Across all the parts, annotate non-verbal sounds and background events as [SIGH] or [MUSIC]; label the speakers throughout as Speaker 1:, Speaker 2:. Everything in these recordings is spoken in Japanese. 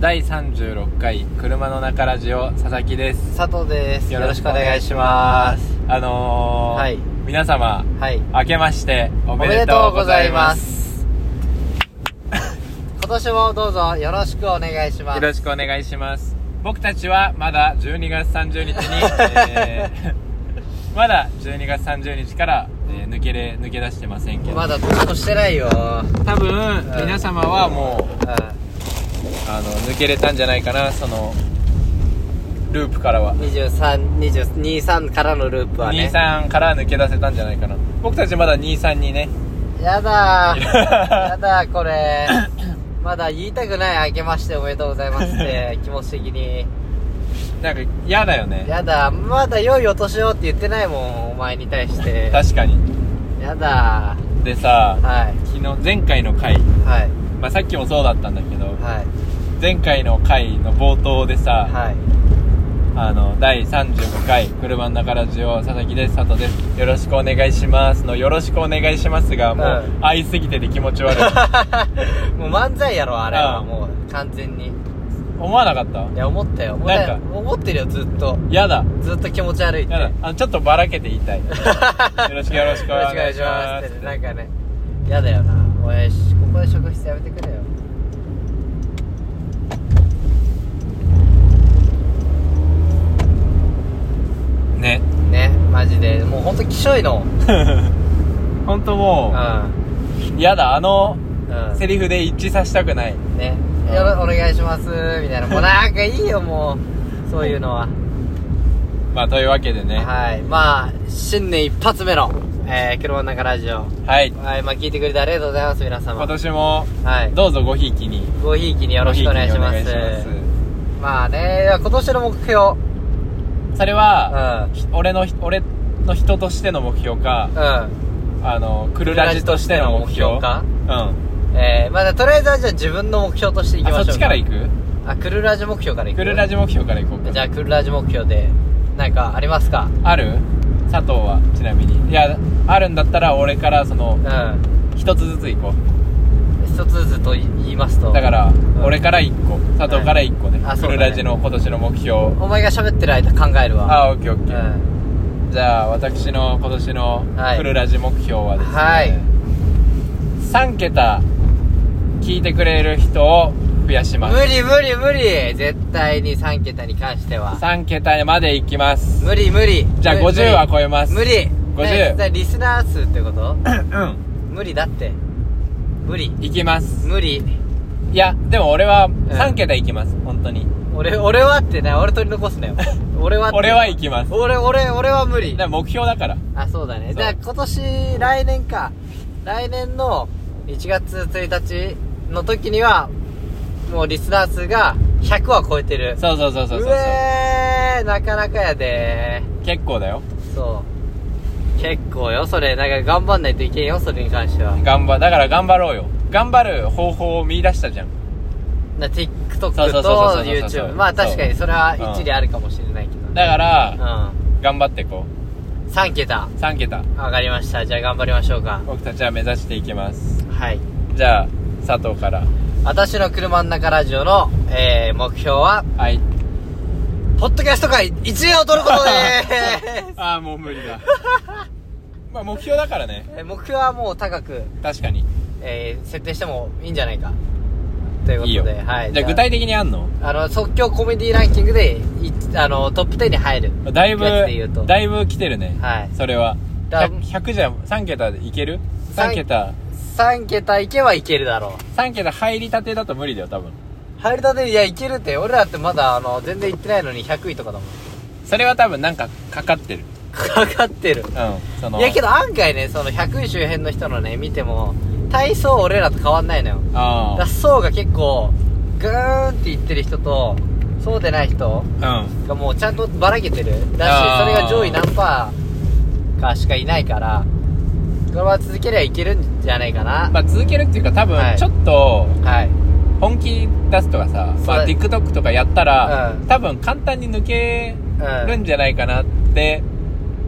Speaker 1: 第36回車の中ラジオ佐々木です
Speaker 2: 佐藤です
Speaker 1: よろしくお願いしますあのー
Speaker 2: はい
Speaker 1: 皆様
Speaker 2: はい
Speaker 1: 明けましてお
Speaker 2: お
Speaker 1: め
Speaker 2: め
Speaker 1: で
Speaker 2: で
Speaker 1: と
Speaker 2: と
Speaker 1: うご
Speaker 2: う
Speaker 1: ざ
Speaker 2: ござ
Speaker 1: い
Speaker 2: い
Speaker 1: ま
Speaker 2: ますす今年もどうぞよろしくお願いします
Speaker 1: よろしくお願いします僕たちはまだ12月30日に、
Speaker 2: [LAUGHS]
Speaker 1: えーまだ12月30日から、えー抜けれ抜け出してませんけど
Speaker 2: まだどうしてないようん
Speaker 1: 多分皆様はもうあの抜けれたんじゃないかなそのループからは
Speaker 2: 2323からのループはね
Speaker 1: 23から抜け出せたんじゃないかな僕たちまだ23にね [LAUGHS]
Speaker 2: やだーやだーこれまだ言いたくない明けましておめでとうございますって
Speaker 1: [LAUGHS]
Speaker 2: 気持ち的に
Speaker 1: なんか嫌だよね
Speaker 2: やだまだ良いお年をって言ってないもんお前に対して
Speaker 1: 確かに
Speaker 2: やだ
Speaker 1: でさ
Speaker 2: ーはい
Speaker 1: 昨日前回の回、
Speaker 2: はい
Speaker 1: まあ、さっきもそうだったんだけど
Speaker 2: はい
Speaker 1: 前回の回の冒頭でさ、
Speaker 2: はい
Speaker 1: あの第35回「車の中ラジオ」佐々木です佐藤ですよろしくお願いしますの「よろしくお願いしますが」もう
Speaker 2: う
Speaker 1: 合いすぎてて気持ち
Speaker 2: [LAUGHS]
Speaker 1: 悪い
Speaker 2: もう漫才やろあれ
Speaker 1: ああ
Speaker 2: はもう完全にい
Speaker 1: 思わなかった
Speaker 2: や思ったよ思っ
Speaker 1: なんか
Speaker 2: 思ってるよずっと
Speaker 1: やだ
Speaker 2: ずっと気持ち悪いって
Speaker 1: やだあのちょっとばらけて言い
Speaker 2: [LAUGHS]
Speaker 1: たいよろしくよろしくお
Speaker 2: よろしく
Speaker 1: 願
Speaker 2: お願
Speaker 1: い
Speaker 2: い
Speaker 1: し
Speaker 2: し
Speaker 1: ま
Speaker 2: ます
Speaker 1: す
Speaker 2: ってなんかねやだよなおいしここで職質やめてくれよ
Speaker 1: ね
Speaker 2: ねマジでもうほんときしょいの
Speaker 1: 本当
Speaker 2: う
Speaker 1: も
Speaker 2: ん
Speaker 1: うやだあの
Speaker 2: うん
Speaker 1: セリフで一致させたくない
Speaker 2: ね
Speaker 1: うん
Speaker 2: よろお願いしますみたいなもうなんかいいよもうそういうのは
Speaker 1: まあというわけでねは
Speaker 2: はいまあ新年一発目のえー車の中ラジオ
Speaker 1: い、
Speaker 2: はいまあ聞いてくれてありがとうございます皆様
Speaker 1: 今年も
Speaker 2: はい
Speaker 1: どうぞごひいきに
Speaker 2: ごひいきによろしくお願いしま
Speaker 1: ごひい
Speaker 2: す
Speaker 1: きにお願いし
Speaker 2: まあね今年の目標
Speaker 1: ますそれは、ひ俺のひ俺の人としての目標か
Speaker 2: うんうん
Speaker 1: あのクルラジとしての目標
Speaker 2: クルラジと
Speaker 1: うん
Speaker 2: えー、まだとりあえずはじゃあ自分の目標としていきましょう
Speaker 1: あそっちから行
Speaker 2: く
Speaker 1: く
Speaker 2: あクルラジ目標からいく
Speaker 1: クルラジ目標から行こうか
Speaker 2: じゃあクルラジ目標でなんかありますか
Speaker 1: ある佐藤はちなみにいやあるんだったら俺からその
Speaker 2: うん
Speaker 1: 一つずつ行こう
Speaker 2: 一つずつと言いますと
Speaker 1: だから
Speaker 2: ん
Speaker 1: 俺から一個佐藤から一個ね、
Speaker 2: はいあ
Speaker 1: クルラジの今年の目標
Speaker 2: お前が喋ってる間考えるわ
Speaker 1: あオッケーオッ
Speaker 2: う
Speaker 1: ケー、
Speaker 2: ん
Speaker 1: じゃあ私の今年の
Speaker 2: はい
Speaker 1: フルラジ目標はですね、
Speaker 2: はい
Speaker 1: 3桁聞いてくれる人を増やしま
Speaker 2: 無
Speaker 1: す
Speaker 2: 理無理無理絶対に3桁に関しては
Speaker 1: 3桁まで行きます
Speaker 2: 無理無理
Speaker 1: じゃあ
Speaker 2: 無理
Speaker 1: 50は超えます
Speaker 2: 無理
Speaker 1: 50
Speaker 2: ねリスナー数ってこと
Speaker 1: うん
Speaker 2: 無理だって無理
Speaker 1: 行きます
Speaker 2: 無理
Speaker 1: いやでも俺は
Speaker 2: ん
Speaker 1: 3桁行きます、本当に
Speaker 2: 俺俺はってね俺取り残
Speaker 1: [LAUGHS]
Speaker 2: すなよ俺はって
Speaker 1: 俺は行きます
Speaker 2: 俺俺俺は無理
Speaker 1: だから目標だから
Speaker 2: あそうだね
Speaker 1: そう
Speaker 2: じゃあ今年来年か来年の1月1日の時にはもうリスナー数が100は超えてる
Speaker 1: そうそうそうそうそうそう
Speaker 2: えーなかなかやで
Speaker 1: 結構だよ
Speaker 2: そう結構よそれなんか頑張んないといけんよそれに関しては
Speaker 1: 頑張だから頑張ろうよ頑張る方法を見出したじゃん
Speaker 2: な TikTok
Speaker 1: そ
Speaker 2: と
Speaker 1: うそうそうそうそうそう
Speaker 2: YouTube まあ確かにそれは一理あるかもしれないけどね
Speaker 1: だから
Speaker 2: う
Speaker 1: 頑張っていこ
Speaker 2: ん3桁
Speaker 1: う3桁
Speaker 2: わかりましたじゃあ頑張りましょうか
Speaker 1: 僕たちは目指していきます
Speaker 2: はい
Speaker 1: じゃあ佐藤から
Speaker 2: 私の車の中ラジオの、えー、目標は [LAUGHS]
Speaker 1: はい
Speaker 2: ポッドキャスト界1位を取るこ
Speaker 1: [LAUGHS]
Speaker 2: とです
Speaker 1: ああもう無理だまあ目標だからね
Speaker 2: えー目標はもう高く、
Speaker 1: 確かに
Speaker 2: えー、設定してもいいんじゃないかということ
Speaker 1: い
Speaker 2: で
Speaker 1: いよ、
Speaker 2: はい、
Speaker 1: じゃあ具体的にあんの
Speaker 2: あの即興コメディランキングでいあのトップ10に入る
Speaker 1: だいぶ
Speaker 2: やつで言うと
Speaker 1: だいぶ来てるね
Speaker 2: はい
Speaker 1: それは
Speaker 2: だ
Speaker 1: 100, 100じゃ3桁でいける
Speaker 2: さん
Speaker 1: ?3 桁
Speaker 2: 3桁いけばいけるだろ
Speaker 1: 3桁入りたてだと無理だよ多分
Speaker 2: う入りたていやいけるって俺らってまだあの全然いってないのに100位とかだもん
Speaker 1: それは多分なんかかかってる
Speaker 2: かかってる
Speaker 1: うんその
Speaker 2: いやけど案外ねその100位周辺の人のね見ても体操俺らと変わんないのよ
Speaker 1: あ
Speaker 2: 脱走が結構グーンっていってる人とそうでない人
Speaker 1: あうん
Speaker 2: がもうちゃんとばらけてるだ
Speaker 1: あ
Speaker 2: し
Speaker 1: ー
Speaker 2: それが上位何パーかしかいないからこれは続けりゃいけるんじゃないかな、
Speaker 1: まあ続けるっていうか多
Speaker 2: は
Speaker 1: 分
Speaker 2: い
Speaker 1: ちょっと
Speaker 2: はい
Speaker 1: 本気出すとかさ、まあ、
Speaker 2: そう
Speaker 1: TikTok とかやったら、
Speaker 2: うん
Speaker 1: 多分簡単に抜ける
Speaker 2: うん
Speaker 1: じゃないかなって、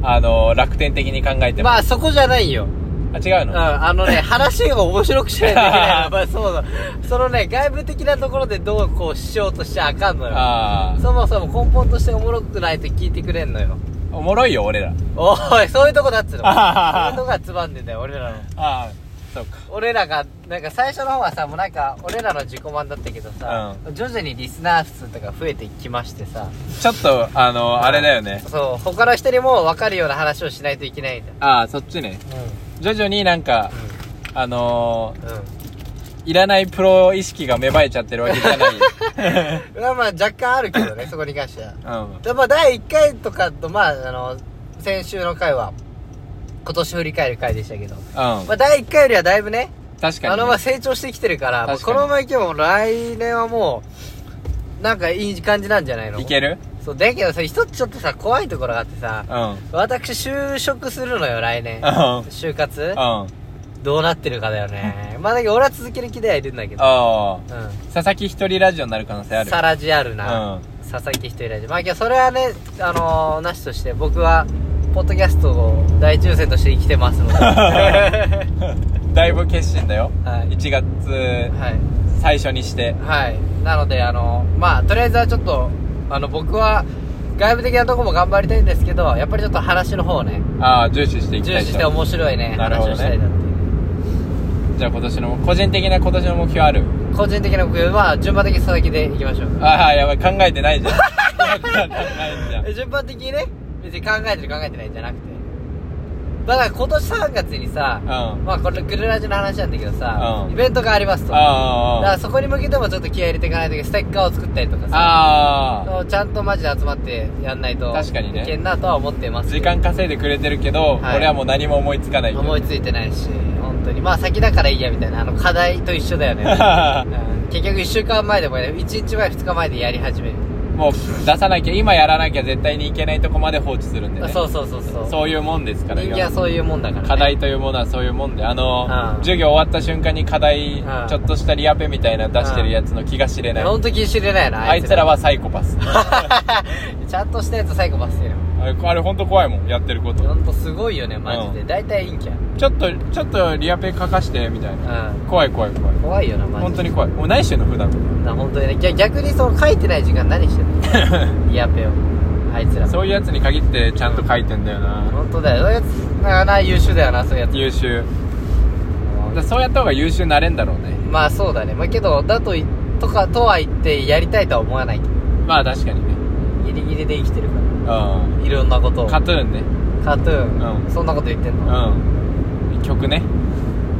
Speaker 1: あの楽天的に考えて
Speaker 2: ま
Speaker 1: ま
Speaker 2: あそこじゃないよ
Speaker 1: あ違う
Speaker 2: うん、
Speaker 1: の、
Speaker 2: あ
Speaker 1: [LAUGHS]
Speaker 2: のね、話を面白くしないといけないの。まあ、そうだ。そのね、外部的なところでどうこうしようとしちゃあかんのよ。
Speaker 1: あ
Speaker 2: そもそも根本としておもろくないと聞いてくれんのよ。
Speaker 1: あおもろいよ俺ら
Speaker 2: おい、そういうとこだっつうの。そう
Speaker 1: あはは
Speaker 2: いうとこがつまんでんだよ、俺らの。
Speaker 1: ああそうか
Speaker 2: 俺らが、なんか最初の方はさ、もうなんか、俺らの自己満だったけどさ、徐々にリスナー数とか増えてきましてさ、
Speaker 1: ちょっとあのあれだよね
Speaker 2: そう、他の人にも分かるような話をしないといけないんだよ。
Speaker 1: ああそっちね徐々になんかあの
Speaker 2: うん。うん。
Speaker 1: ー、いらないプロ意識が芽生えちゃってるわけじゃない
Speaker 2: [LAUGHS] まあまあ若干あるけど [COUGHS] ね、そこに関しては。
Speaker 1: うん
Speaker 2: でまあ第1回とかと、まあ、あの、先週の回は、今年振り返る回でしたけど、
Speaker 1: うん
Speaker 2: まあ第1回よりはだいぶね、
Speaker 1: 確かに、ね、
Speaker 2: あのまあ成長してきてるから、もう
Speaker 1: 確か
Speaker 2: こ
Speaker 1: に
Speaker 2: のままいけばもう来年はもう、なんかいい感じなんじゃないの
Speaker 1: いける
Speaker 2: そう、だけどさ、一つちょっとさ、怖いところがあってさ、
Speaker 1: うんうん
Speaker 2: 私就職するのよ、来年。
Speaker 1: あ
Speaker 2: 就活
Speaker 1: あ
Speaker 2: どうなってるかだよね。まあだけど俺は続ける気ではいるんだけど。
Speaker 1: あ
Speaker 2: う
Speaker 1: 佐々木一人ラジオになる可能性あ
Speaker 2: ん。
Speaker 1: る
Speaker 2: さらじあるな。
Speaker 1: うん [LAUGHS]
Speaker 2: 佐々木一人ラジオまあ今日それはねあのー、なしとして僕はポッドキャストを大抽選として生きてます
Speaker 1: [LAUGHS]
Speaker 2: のでは
Speaker 1: だいぶ決心だよ、
Speaker 2: はい
Speaker 1: 1月
Speaker 2: い
Speaker 1: 最初にして
Speaker 2: はいなのであのー、まあとりあえずはちょっとあの僕は外部的なとこも頑張りたいんですけどやっぱりちょっと話の方をね
Speaker 1: ああ重視していき
Speaker 2: 重
Speaker 1: たい
Speaker 2: 視して
Speaker 1: と
Speaker 2: 面白いね
Speaker 1: なるほ
Speaker 2: 話
Speaker 1: どね
Speaker 2: をしたいなっていう
Speaker 1: じゃあ今年の個人的な今年の目標ある
Speaker 2: 個人的な目標は順番的に佐々木でいきましょう
Speaker 1: ああやばい考えて
Speaker 2: [LAUGHS]
Speaker 1: ないじゃん考えてんじゃん
Speaker 2: え順番的にね別に考えてる考えてないじゃなくてだから今年3月にさ、
Speaker 1: うんあ
Speaker 2: まあこれグルラジの話なんだけどさ、
Speaker 1: うん
Speaker 2: イベントがありますとだから
Speaker 1: あ
Speaker 2: そこに向けてもちょっと気合い入れていかないといけないステッカーを作ったりとかさ
Speaker 1: ああ
Speaker 2: そうちゃんとマジで集まってやんないと
Speaker 1: 確かにね
Speaker 2: いけんなとは思ってます
Speaker 1: 時間稼いでくれてるけど、
Speaker 2: はい
Speaker 1: 俺はもう何も思いつかないけど
Speaker 2: 思いついてないし本当にまあ先だからいいやみたいなあの課題と一緒だ
Speaker 1: [LAUGHS]
Speaker 2: よね、うん結局1週間前でもね1日前2日前でやり始める、
Speaker 1: [LAUGHS] もう出さなきゃ今やらなきゃ絶対にいけないとこまで放置するんでね
Speaker 2: そうそうそうそう
Speaker 1: そういうもんですから
Speaker 2: 人間はそういうもんだから、ね、
Speaker 1: 課題というものはそういうもんであの、
Speaker 2: うん
Speaker 1: 授業終わった瞬間に課題、
Speaker 2: うん
Speaker 1: ちょっとしたリアペみたいなの出してるやつの気が知れない、
Speaker 2: 本当気に知れないな
Speaker 1: あいつらはサイコパス [LAUGHS]
Speaker 2: [LAUGHS] ちゃんとしたやつ最後バスよ
Speaker 1: あれあれ本当怖いもんやってること
Speaker 2: ほんとすごいよねマジで、
Speaker 1: う
Speaker 2: 大体いいんきゃん
Speaker 1: ちょっとちょっとリアペ書かしてみたいな
Speaker 2: う
Speaker 1: 怖い怖い怖い
Speaker 2: ん怖いよなマジで
Speaker 1: 本当に怖いもう何してんの
Speaker 2: [LAUGHS]
Speaker 1: 普段
Speaker 2: な本当にねぎゃ逆にその書いてない時間何してんのいやペよあいつら
Speaker 1: そういうやつに限ってちゃんと書いてんだよな
Speaker 2: 本当だよそういうやつだからな優秀だよなそういうやつ
Speaker 1: 優秀だからそうやった方が優秀になれんだろうね
Speaker 2: まあそうだねまあけどだといとかとは言ってやりたいとは思わないけど
Speaker 1: まあ確かにね
Speaker 2: ギリギリで生きてるか
Speaker 1: うん
Speaker 2: らいろんなことを
Speaker 1: カ
Speaker 2: カ
Speaker 1: トゥーンね
Speaker 2: ートゥーン、
Speaker 1: うん
Speaker 2: そんなこと言ってんの、
Speaker 1: うん曲ね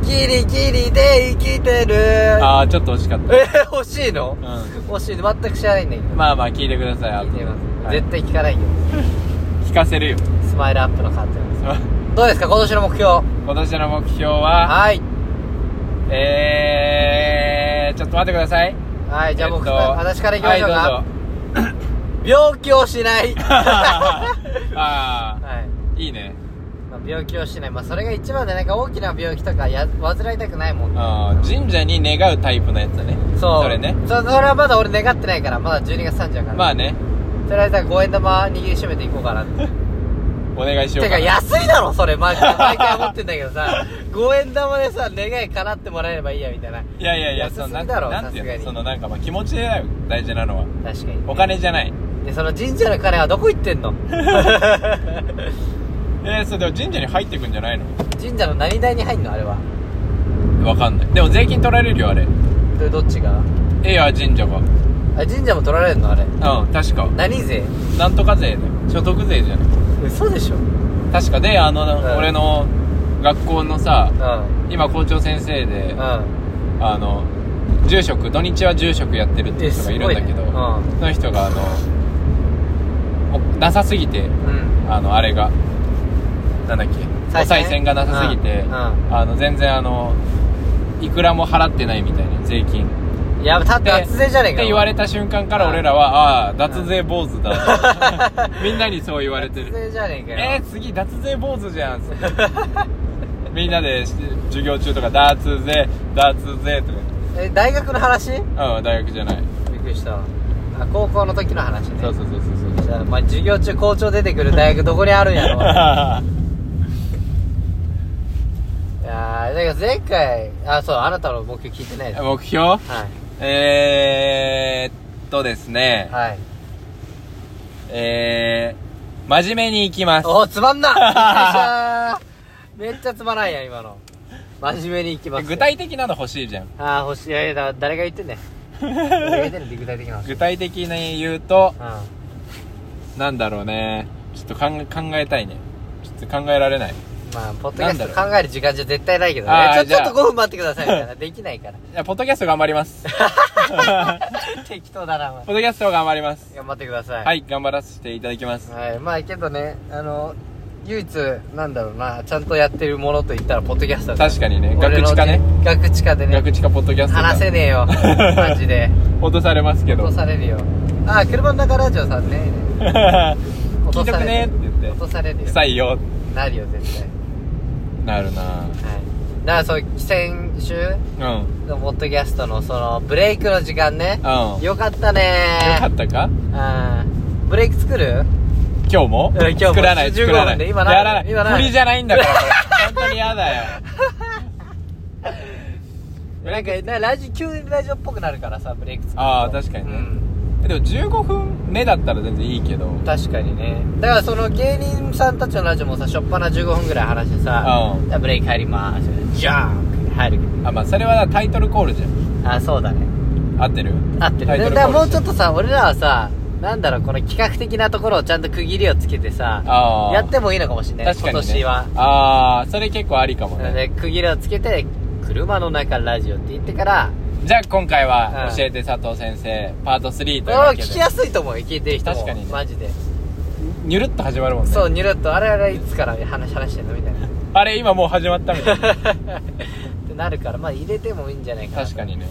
Speaker 2: ギリギリで生きてる
Speaker 1: ああちょっと惜しかっ
Speaker 2: えー、欲しいの、
Speaker 1: たうん
Speaker 2: 欲しいの全く知らないんだけど
Speaker 1: まあまあ聞いてください
Speaker 2: 聞いてみます、
Speaker 1: はい
Speaker 2: 絶対聞かないけ
Speaker 1: 聞かせるよ [LAUGHS]
Speaker 2: どスマイルアップのカートゥーンどうですか今年の目標
Speaker 1: 今年の目標は
Speaker 2: はい
Speaker 1: えー、ちょっと待ってください
Speaker 2: はいじゃあ
Speaker 1: えっ
Speaker 2: 僕、
Speaker 1: と
Speaker 2: 私からいきましょうか、
Speaker 1: はいどうぞ [LAUGHS]
Speaker 2: 病気をしないは
Speaker 1: あ
Speaker 2: い、
Speaker 1: ーいいね
Speaker 2: まあ、病気をしないまあそれが一番でなんか大きな病気とかや患いたくないもんね
Speaker 1: あー神社に願うタイプのやつだね
Speaker 2: そう
Speaker 1: れね
Speaker 2: そそれはまだ俺願ってないからまだ12月30から、
Speaker 1: まあね
Speaker 2: とりあえずは5円玉握りしめていこうかなって
Speaker 1: [LAUGHS] お願いしよう
Speaker 2: て
Speaker 1: か
Speaker 2: か
Speaker 1: な
Speaker 2: 安いだろそれ
Speaker 1: [LAUGHS]
Speaker 2: 毎回毎回思ってんだけどさ5円玉でさ願い叶ってもらえればいいやみたいない
Speaker 1: やいやいや
Speaker 2: 安す
Speaker 1: そのな
Speaker 2: ぎ
Speaker 1: ん
Speaker 2: だろ
Speaker 1: なんて
Speaker 2: さすが
Speaker 1: いう
Speaker 2: に
Speaker 1: のそのなんかまあ気持ちだよ大事なのは
Speaker 2: 確かに
Speaker 1: お金じゃない
Speaker 2: でその神社の金はどこ行って
Speaker 1: [LAUGHS]
Speaker 2: んの
Speaker 1: えー、それでも神社に入ってくんじゃないの
Speaker 2: 神社の何代に入んのあれは
Speaker 1: わかんないでも税金取られるよあれ
Speaker 2: どどっちが
Speaker 1: ええや神社が
Speaker 2: あ神社も取られるのあれ
Speaker 1: うん確か
Speaker 2: 何税
Speaker 1: なんとか税だよ所得税じゃない
Speaker 2: 嘘でしょうん
Speaker 1: 確かであの、
Speaker 2: ん
Speaker 1: 俺の学校のさ
Speaker 2: うん
Speaker 1: 今校長先生で、あの住職土日は住職やってるっていう人がいるんだけど、
Speaker 2: えすごいね
Speaker 1: その人があのおなさすぎて
Speaker 2: うん
Speaker 1: あのあれがなんだっけお
Speaker 2: 賽銭
Speaker 1: 賽銭がなさすぎて、
Speaker 2: うんうん
Speaker 1: あの全然あのいくらも払ってないみたいな税金
Speaker 2: いやたって厚税じゃねえ
Speaker 1: っ
Speaker 2: か
Speaker 1: て言われ
Speaker 2: た
Speaker 1: た瞬間から俺らはああー脱税坊主だ [LAUGHS] みんなにそう言われて
Speaker 2: 厚 [LAUGHS]
Speaker 1: る
Speaker 2: 税じゃねえかよ
Speaker 1: えー、次脱税坊主じゃんっつってみんなでし授業中とか脱税脱税と
Speaker 2: え大学の話びっ
Speaker 1: かうん大学じゃない
Speaker 2: くりしたあ高校の時の話ね
Speaker 1: そうそうそうそうそう
Speaker 2: じゃあまあ授業中校
Speaker 1: [LAUGHS]
Speaker 2: [LAUGHS] 長出てくる大学どこにあるんやろいやはいだから前回あそうあなたの目標聞いてないですは
Speaker 1: 目標
Speaker 2: い
Speaker 1: えー、っとですね、
Speaker 2: はい
Speaker 1: えー、真面目に行きます。
Speaker 2: おーつ
Speaker 1: [LAUGHS]
Speaker 2: まんなびっくりしためっちゃつまらんやん今の真面目にいきます
Speaker 1: 具体的なの欲しいじゃん。
Speaker 2: ああ欲しいいやいやだ誰が言ってんねん誰が言ってんねんって具体的な話
Speaker 1: 具体的に言うと、
Speaker 2: う
Speaker 1: なんだろうね。ちょっと考え、考えたいね。ちょっと考えられない。
Speaker 2: んまあポッドキャ
Speaker 1: なんだ
Speaker 2: ス
Speaker 1: ろ
Speaker 2: ト
Speaker 1: う
Speaker 2: 考える時間じゃ絶対ないけどね
Speaker 1: あー
Speaker 2: ちょち
Speaker 1: じゃ
Speaker 2: ょ
Speaker 1: あ
Speaker 2: っと5分待ってくださいみたいなできないから [LAUGHS]
Speaker 1: いや、ポッドキャスト頑張ります。ポ
Speaker 2: 適当だなお前
Speaker 1: ッドキャスト頑張ります。
Speaker 2: 頑張ってください
Speaker 1: はい、頑張らせていただきます。
Speaker 2: はい、まあけどねあの唯一なんだろうなちゃんとやってるものといったらポッドキャストだね
Speaker 1: 確かにね、
Speaker 2: 俺
Speaker 1: ガク
Speaker 2: の
Speaker 1: チカね。
Speaker 2: ガクチカで
Speaker 1: ガ
Speaker 2: ね
Speaker 1: クチカポッドキャスト。
Speaker 2: 話せね
Speaker 1: [LAUGHS]
Speaker 2: えよマジで
Speaker 1: 落とされますけ
Speaker 2: 落
Speaker 1: ど
Speaker 2: と。されるよあー車の中ラジオさんね落
Speaker 1: 聞
Speaker 2: と
Speaker 1: いと
Speaker 2: さ
Speaker 1: く
Speaker 2: れ
Speaker 1: ねっ
Speaker 2: る
Speaker 1: て言っ
Speaker 2: 落
Speaker 1: て。
Speaker 2: とされる
Speaker 1: [LAUGHS]
Speaker 2: よ
Speaker 1: 臭いよ。
Speaker 2: なるよ絶対
Speaker 1: なるな
Speaker 2: はいだからそう先週
Speaker 1: うん。うん。
Speaker 2: のポッドキャストのそのブレイクの時間ね
Speaker 1: よ
Speaker 2: よかったね
Speaker 1: かったか
Speaker 2: うんブレイク作る
Speaker 1: 今日も
Speaker 2: うん今日も
Speaker 1: 作らない、
Speaker 2: 15
Speaker 1: 作らな
Speaker 2: 分で
Speaker 1: い。
Speaker 2: 今ない
Speaker 1: やらない。
Speaker 2: 今ない
Speaker 1: 振りじゃないんだから、こ
Speaker 2: [LAUGHS]
Speaker 1: れ。本当に嫌だよ。ブレイ
Speaker 2: なん
Speaker 1: ク
Speaker 2: かなラジ急にラジオっぽくなるからさブレイク作ると
Speaker 1: あー確かにね
Speaker 2: うん
Speaker 1: でも15分目だったら全然いいけど。うん。
Speaker 2: 確かにねだからその芸人さんたちのラジオもさ初っ端15分ぐらい話してさ
Speaker 1: あ
Speaker 2: 「じゃあブレイク入りまーす」ジャーン入る
Speaker 1: まあそれはタイトルコールじゃん。
Speaker 2: あそうだね
Speaker 1: 合ってる
Speaker 2: 合ってる
Speaker 1: タ
Speaker 2: だ
Speaker 1: イト
Speaker 2: か
Speaker 1: ル
Speaker 2: ら
Speaker 1: コ
Speaker 2: も
Speaker 1: ー
Speaker 2: う
Speaker 1: ル
Speaker 2: ちょっとさ俺らはさなんだろうこの企画的なところをちゃんと区切りをつけてさ
Speaker 1: ああ。
Speaker 2: やってもいいのかもしれない、
Speaker 1: 確か
Speaker 2: 今
Speaker 1: に、ね。
Speaker 2: 年は、
Speaker 1: ああ、それ結構ありかも
Speaker 2: なの
Speaker 1: ね。
Speaker 2: で区切りをつけて車の中ラジオって言ってから
Speaker 1: じゃあ今回
Speaker 2: う
Speaker 1: は
Speaker 2: ん
Speaker 1: 教えて佐藤先生、パート3という
Speaker 2: これ
Speaker 1: わ
Speaker 2: は
Speaker 1: け
Speaker 2: 聞き
Speaker 1: で
Speaker 2: や。すいと思うよ聞いてる人も
Speaker 1: 確かにね
Speaker 2: マジで
Speaker 1: にゅるっと始まるもんね。
Speaker 2: そうニュルっとあれあれいつから話話してんのみたいなっ
Speaker 1: あれ今もう始まったみ
Speaker 2: [LAUGHS]
Speaker 1: たいな。
Speaker 2: てなるからまあ入れてもいいんじゃないかな
Speaker 1: 確
Speaker 2: と
Speaker 1: かにね。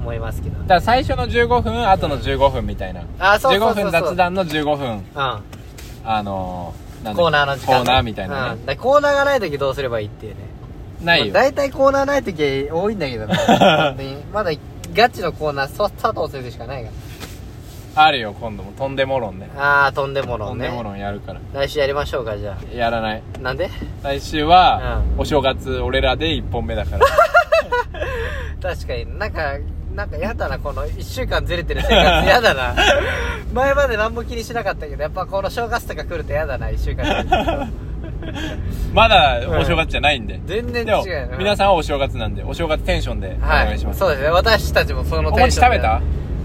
Speaker 2: 思いますけど
Speaker 1: だから最初の15分、後の15分みたいな。
Speaker 2: あそうそうそう
Speaker 1: 15
Speaker 2: そう
Speaker 1: 分雑談の15分、
Speaker 2: うん
Speaker 1: あのー、なんだ
Speaker 2: コーナーの時間
Speaker 1: コーナーみたいな
Speaker 2: う
Speaker 1: ね
Speaker 2: ん、。だからコーナーがない時どうすればいいっていうね
Speaker 1: ないよ。
Speaker 2: 大体コーナーない時多いんだけど
Speaker 1: [LAUGHS]
Speaker 2: ね本当にまだガチのコーナーそ佐藤先生しかないか
Speaker 1: あるよ、今度も。とんでも論ね。
Speaker 2: らああとんでも
Speaker 1: と
Speaker 2: の
Speaker 1: ん
Speaker 2: ね
Speaker 1: でも論やるから。
Speaker 2: 来週やりましょうかじゃ
Speaker 1: やらない。
Speaker 2: あなんで
Speaker 1: 来週は、
Speaker 2: う
Speaker 1: お正月、俺らで1本目だから。 [LAUGHS]
Speaker 2: 確かになんかなんかやだなこの1週間ずれてる生活や
Speaker 1: [LAUGHS]
Speaker 2: だな前まで何も気にしなかったけどやっぱこの正月とか来るとやだな1週間ずれてると
Speaker 1: まだお正月じゃないんで。
Speaker 2: 全然
Speaker 1: でも
Speaker 2: 違う、
Speaker 1: 皆さ
Speaker 2: ん
Speaker 1: んはお正月なんで、お正月テンションでお
Speaker 2: はい
Speaker 1: 願いします。
Speaker 2: そうですね私たちもその
Speaker 1: お
Speaker 2: テン
Speaker 1: 餅
Speaker 2: ショ
Speaker 1: 食
Speaker 2: ンで
Speaker 1: べた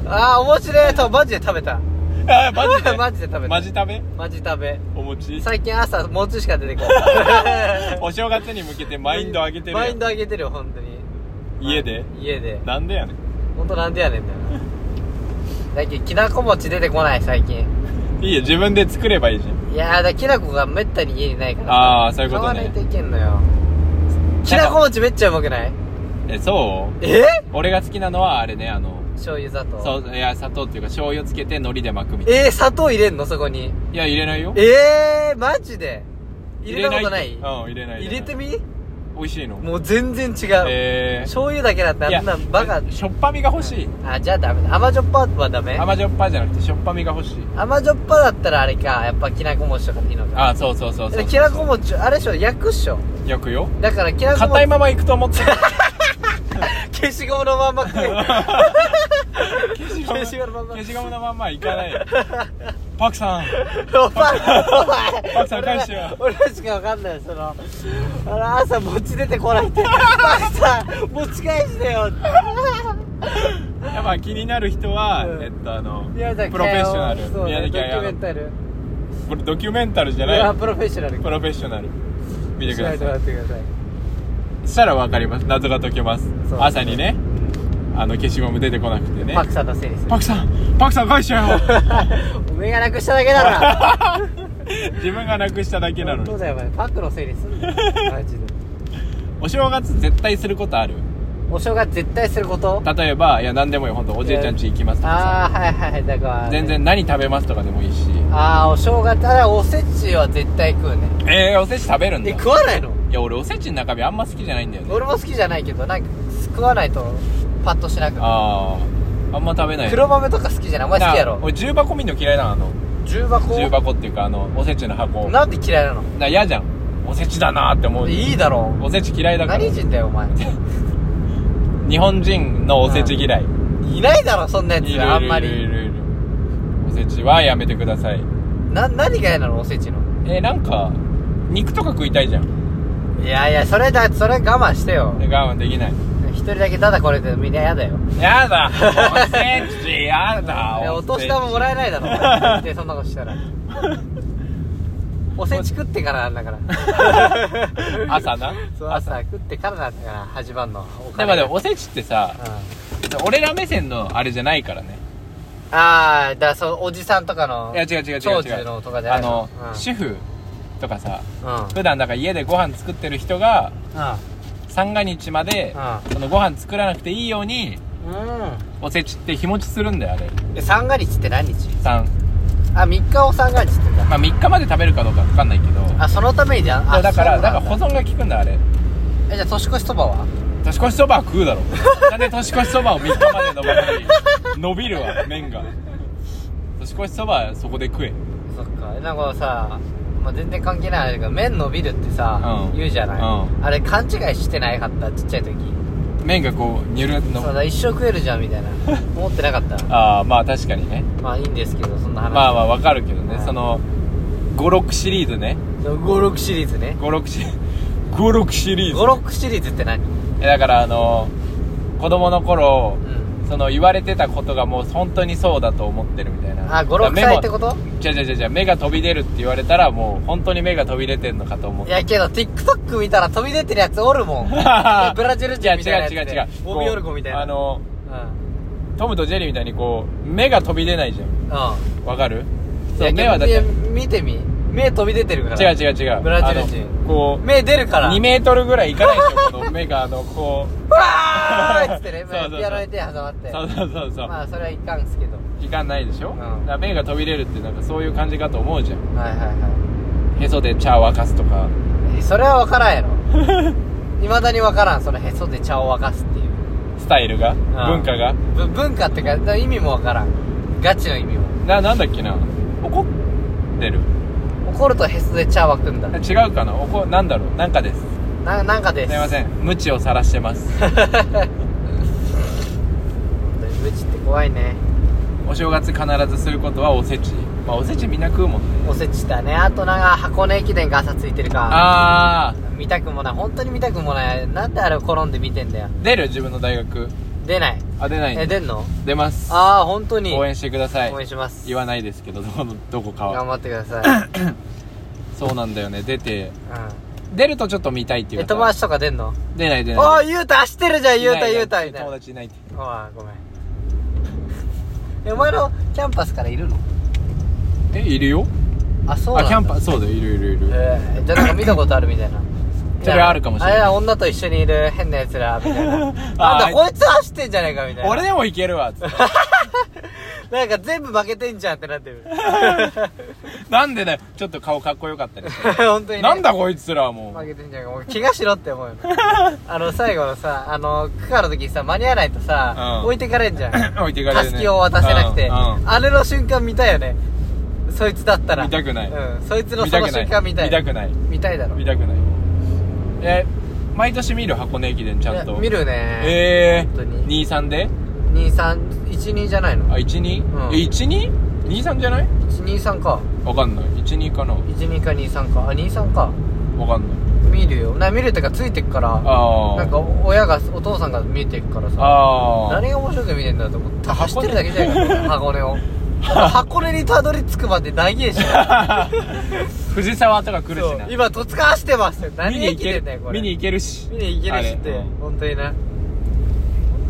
Speaker 2: ああお餅ねとマジで食べた [LAUGHS]
Speaker 1: あ [LAUGHS] マジで
Speaker 2: マジで食べた
Speaker 1: マジ食べ
Speaker 2: マジ食べ
Speaker 1: お餅
Speaker 2: 最近朝もつしか出てこ
Speaker 1: お正月に向けて [LAUGHS] マインド上げてる
Speaker 2: マ
Speaker 1: や
Speaker 2: イン
Speaker 1: ん
Speaker 2: ド上げてるよ本当に
Speaker 1: 家で
Speaker 2: 家で
Speaker 1: なんでやねん
Speaker 2: 本当なんでやねんだよな最近きなこ餅出てこない最近
Speaker 1: いいよ自分で作ればいいじゃん
Speaker 2: いやーだきなこがめったに家にないから
Speaker 1: ああそういうこ
Speaker 2: 買わ
Speaker 1: と
Speaker 2: ない
Speaker 1: ね
Speaker 2: といけんのよきなこ餅めっちゃうまくない
Speaker 1: えそう
Speaker 2: え
Speaker 1: 俺が好きなのはあれねあの
Speaker 2: 醤油砂糖
Speaker 1: そういや砂糖っていうか醤油つけて海苔で巻くみたい
Speaker 2: えー、砂糖入れんのそこ
Speaker 1: な
Speaker 2: に
Speaker 1: いや入れないよ
Speaker 2: えー、マジで入れたことない
Speaker 1: 入れないうん入れない
Speaker 2: 入れてみ
Speaker 1: 美味しいの
Speaker 2: もう全然違う、
Speaker 1: えー
Speaker 2: 醤油だけだってあんなバカ
Speaker 1: しょっぱみが欲しい
Speaker 2: あじゃあダメだ甘じょっぱはダメ
Speaker 1: 甘じょっぱじゃなくてしょっぱみが欲しい
Speaker 2: 甘じょっぱだったらあれかやっぱきなこ餅とかでいいのか
Speaker 1: あそうそうそうそう
Speaker 2: きなこ餅あれでしょ焼くっしょ
Speaker 1: 焼くよ
Speaker 2: だからきなこ
Speaker 1: 硬い
Speaker 2: 餅
Speaker 1: ままいくと思ってる
Speaker 2: 消しゴムのまん
Speaker 1: [LAUGHS]
Speaker 2: ま食え
Speaker 1: 消
Speaker 2: 消
Speaker 1: し
Speaker 2: し
Speaker 1: ゴ
Speaker 2: ゴ
Speaker 1: ム
Speaker 2: ムのまんま
Speaker 1: 消しゴムのまんまいかないよパクさん
Speaker 2: お前お前
Speaker 1: パクさん返してよ
Speaker 2: 俺らしかわかんないそのあの朝餅出てこないってパクさん餅返してよ
Speaker 1: やっぱ気になる人は、
Speaker 2: うん
Speaker 1: えっとあのプロフ
Speaker 2: 宮
Speaker 1: ェ
Speaker 2: 崎
Speaker 1: ッショナル
Speaker 2: そう、ね、
Speaker 1: 宮
Speaker 2: ド
Speaker 1: 崎
Speaker 2: キュメ
Speaker 1: 駿
Speaker 2: ンタル
Speaker 1: これドキュメンタルじゃ
Speaker 2: い
Speaker 1: な
Speaker 2: や
Speaker 1: い
Speaker 2: プロフェッショナル
Speaker 1: プロフェッショナル見てくだ
Speaker 2: 調べて
Speaker 1: さ
Speaker 2: も
Speaker 1: い
Speaker 2: らってください
Speaker 1: そしたらわかります謎が解けます
Speaker 2: そう
Speaker 1: 朝にねあの消しゴム出てこなくてね
Speaker 2: パクさんのせいにする
Speaker 1: パクさんパクさん返しちゃうよ [LAUGHS]
Speaker 2: おめえがなくしただけだろ
Speaker 1: 自分がなくしただけなの
Speaker 2: そう
Speaker 1: に
Speaker 2: だよお前パックのせいにすんなよマジで
Speaker 1: お正月絶対することある
Speaker 2: お正月絶対すること
Speaker 1: 例えばいや何でもいい本当おじいちゃん家行きますとかさ
Speaker 2: ああはいはいだから
Speaker 1: 全然何食べますとかでもいいし
Speaker 2: ああお正月ただおせちは絶対食うね
Speaker 1: えー、おせち食べるんだ
Speaker 2: え
Speaker 1: い
Speaker 2: 食わないの
Speaker 1: や俺おせちの中身あんま好きじゃないんだよね
Speaker 2: 俺も好きじゃないけどなんか食わないとパッとしなくなる
Speaker 1: あああんま食べない
Speaker 2: 黒豆とか好きじゃないお前好きやろ
Speaker 1: な俺重箱見るの嫌いなのあの
Speaker 2: 重箱
Speaker 1: 重箱っていうかあのおせちの箱
Speaker 2: なんで嫌いなの
Speaker 1: な嫌じゃんおせちだなって思う
Speaker 2: いいだろ
Speaker 1: おせち嫌いだから
Speaker 2: 何人だよ
Speaker 1: [LAUGHS]
Speaker 2: お前
Speaker 1: 日本人のおせち嫌い
Speaker 2: いないだろそんなやつ
Speaker 1: いるいる
Speaker 2: あんま
Speaker 1: いるい
Speaker 2: り
Speaker 1: るいるおせちはやめてください
Speaker 2: な何が嫌なのおせちの
Speaker 1: えなんか肉とか食いたいじゃん
Speaker 2: いやいやそれだそれ我慢してよ
Speaker 1: で我慢できない
Speaker 2: 一人だけただこれでみんな嫌だよ [LAUGHS]
Speaker 1: やだおせちやだ
Speaker 2: いや
Speaker 1: せ
Speaker 2: お
Speaker 1: ち
Speaker 2: 年玉もらえないだろ
Speaker 1: [LAUGHS]
Speaker 2: お前絶対そんなことしたらおせち食ってからなんだ
Speaker 1: [LAUGHS]
Speaker 2: から
Speaker 1: 朝な
Speaker 2: そう朝食ってからなんだから始まんのはお
Speaker 1: で
Speaker 2: 金
Speaker 1: もで
Speaker 2: が
Speaker 1: もおせちってさ
Speaker 2: うん
Speaker 1: 俺ら目線のあれじゃないからね
Speaker 2: ああだからそうおじさんとかの
Speaker 1: いや違う違う違う違う
Speaker 2: 長寿のとかじゃな
Speaker 1: あ
Speaker 2: い
Speaker 1: の、
Speaker 2: うん
Speaker 1: 主婦とかさ
Speaker 2: うん
Speaker 1: 普段だから家でご飯作ってる人が三が日まで
Speaker 2: う
Speaker 1: そのご飯作らなくていいように
Speaker 2: んうん
Speaker 1: おせちって日持ちするんだよあれ
Speaker 2: え三が日って何日
Speaker 1: 3
Speaker 2: あ三日を三が日って言うんだ
Speaker 1: まあ3日まで食べるかどうかわかんないけど
Speaker 2: あそのためにじゃん
Speaker 1: そう
Speaker 2: あ
Speaker 1: だから
Speaker 2: そう
Speaker 1: だか
Speaker 2: な
Speaker 1: ら
Speaker 2: んだ
Speaker 1: 保存が効くんだあれ
Speaker 2: えじゃあ年越しそばは
Speaker 1: 年越しそばは食うだろなんで年越しそばを3日まで伸ばさない伸びるわ麺が年越しそばはそこで食え
Speaker 2: そっかえなんかさ、まあ、全然関係ないあれだけど麺伸びるってさ、
Speaker 1: うん
Speaker 2: 言うじゃない、
Speaker 1: う
Speaker 2: あれ勘違いしてないかったちっちゃい時
Speaker 1: 麺がこうニュルッ
Speaker 2: そう
Speaker 1: の
Speaker 2: だ一生食えるじゃんみたい
Speaker 1: [LAUGHS]
Speaker 2: な思ってなかった
Speaker 1: ああまあ確かにね
Speaker 2: まあいいんですけどそんな話
Speaker 1: まあまあわかるけどね
Speaker 2: はい
Speaker 1: その56シリーズね
Speaker 2: 56シリーズね
Speaker 1: 56シリーズ56シリーズ
Speaker 2: 56シリーズって何
Speaker 1: えだからあの子供の頃
Speaker 2: うん
Speaker 1: その言われてたことがもう本当にそうだと思ってるみたいな
Speaker 2: あ56歳ってこと
Speaker 1: じゃじゃじゃじゃ目が飛び出るって言われたらもう本当に目が飛び出てんのかと思っ
Speaker 2: い
Speaker 1: て
Speaker 2: やけど TikTok 見たら飛び出てるやつおる
Speaker 1: [LAUGHS]
Speaker 2: もんブラジル人みたいなやつ
Speaker 1: 違う違う違う
Speaker 2: オビオルコみたいな
Speaker 1: あの
Speaker 2: うん
Speaker 1: トムとジェリーみたいにこう目が飛び出ないじゃん
Speaker 2: う
Speaker 1: わかる
Speaker 2: ん
Speaker 1: そう
Speaker 2: いや
Speaker 1: 目はだって
Speaker 2: いや見てみ目飛び出てるから
Speaker 1: 違う違う違う
Speaker 2: ブラジル人
Speaker 1: あのこう
Speaker 2: 目出るから
Speaker 1: 2メートルぐらいいかないでしょこ
Speaker 2: [LAUGHS]
Speaker 1: の目があのこう
Speaker 2: わーっつってね
Speaker 1: そうそうそう
Speaker 2: ピアノに手挟まって
Speaker 1: そうそうそうそう、
Speaker 2: まあそれはいかんすけど
Speaker 1: 時間ないでしょ、
Speaker 2: ん
Speaker 1: だから目が飛び出るってなんかそういう感じかと思うじゃん
Speaker 2: はいはいは
Speaker 1: へそで茶を沸かすとか
Speaker 2: いえそれは分からんやろいまだに分からんそのへそで茶を沸かすっていう
Speaker 1: スタイルが、文化が
Speaker 2: ぶ文化ってかだから意味も分からんガチの意味も
Speaker 1: ななんだっけな怒ってる
Speaker 2: 怒るとへそで茶沸くんだ
Speaker 1: 違うかな怒なんだろうなんかです
Speaker 2: ななんかです
Speaker 1: すいません無知をさらしてます
Speaker 2: 本当に無知って怖いね
Speaker 1: お正月必ずすることはおせちまあおせちみんな食うもんね
Speaker 2: おせちだねあとなんか箱根駅伝が朝ついてるか
Speaker 1: あ
Speaker 2: 見たくもない本当に見たくもないなんであれを転んで見てんだよ
Speaker 1: ー出る自分の大学
Speaker 2: 出ない
Speaker 1: あ出ない
Speaker 2: え
Speaker 1: ね
Speaker 2: 出んの
Speaker 1: 出ます
Speaker 2: ああ本当に
Speaker 1: 応援してください
Speaker 2: 応援します
Speaker 1: 言わないですけどどこのどこか
Speaker 2: 頑
Speaker 1: は
Speaker 2: 張ってくだ
Speaker 1: [LAUGHS]
Speaker 2: さい、
Speaker 1: そうなんだよね出て
Speaker 2: う
Speaker 1: 出るとちょっと見たいって
Speaker 2: ん、
Speaker 1: い
Speaker 2: え
Speaker 1: うか
Speaker 2: 友達とか出んの
Speaker 1: 出ない出ない
Speaker 2: おいゆうた走ってるじゃんゆうたゆうたみたい
Speaker 1: 友
Speaker 2: な
Speaker 1: 達いないって
Speaker 2: おあごめん [LAUGHS] えお前のキャンパスからいるの
Speaker 1: えいるよ
Speaker 2: あそうなん
Speaker 1: あキ
Speaker 2: だ
Speaker 1: ャンパそうだよいるいるいる
Speaker 2: えーじゃあなんか見たことあるみたいな
Speaker 1: [COUGHS] それはあるかもしれない
Speaker 2: あれ女と一緒にいる変な奴らみ
Speaker 1: [LAUGHS]
Speaker 2: たいななん
Speaker 1: あ
Speaker 2: だこいつ走ってんじゃねえかみたいな
Speaker 1: 俺でもいけるわ [LAUGHS] つって
Speaker 2: なんか全部負けてんじゃんってなってる [LAUGHS]
Speaker 1: なんでだよちょっと顔かっこよかったりして
Speaker 2: 本当に、ね、
Speaker 1: なんだこいつらはも
Speaker 2: 負
Speaker 1: う
Speaker 2: けてんじゃんかもう怪我しろって思うよねあの最後のさあの区間の時にさ間に合わないとさ、
Speaker 1: うん
Speaker 2: 置いてかれんじゃ
Speaker 1: [COUGHS]
Speaker 2: ん
Speaker 1: 置いてかれ
Speaker 2: た
Speaker 1: るね
Speaker 2: すきを渡せなくて、
Speaker 1: うんうん
Speaker 2: あれの瞬間見たいよねそいつだったら
Speaker 1: 見たくない
Speaker 2: うん、そいつの
Speaker 1: 見
Speaker 2: そ
Speaker 1: た
Speaker 2: の
Speaker 1: くな
Speaker 2: 瞬間
Speaker 1: い
Speaker 2: 見たい
Speaker 1: 見たくない
Speaker 2: 見たいだろ
Speaker 1: 見たくないえ毎年見る箱根駅伝ちゃん
Speaker 2: い
Speaker 1: と
Speaker 2: や見るね
Speaker 1: ええ
Speaker 2: 本当に
Speaker 1: 23で
Speaker 2: 2312じゃない
Speaker 1: あ
Speaker 2: のうん
Speaker 1: 12? え 12?23 じゃない
Speaker 2: 123か
Speaker 1: わかんない12かな
Speaker 2: 12か23かあ23か
Speaker 1: わかんない
Speaker 2: 見るよな見るってかついてくから
Speaker 1: ああ
Speaker 2: なんか親がお父さんが見てくからさ
Speaker 1: ああ
Speaker 2: 何が面白くて見てんだと思って走
Speaker 1: 箱
Speaker 2: って
Speaker 1: 根
Speaker 2: るだけじゃないか箱根を箱根にたどり着くまで
Speaker 1: [LAUGHS]
Speaker 2: 大げえしな
Speaker 1: [LAUGHS] 藤沢とか来る
Speaker 2: そ
Speaker 1: し
Speaker 2: う
Speaker 1: な
Speaker 2: 今戸塚走ってますって何
Speaker 1: 見に
Speaker 2: 駅
Speaker 1: 行け
Speaker 2: で
Speaker 1: る
Speaker 2: んだよこれ
Speaker 1: 見に行けるし
Speaker 2: 見に行けるしって
Speaker 1: あれうん
Speaker 2: 本当にな本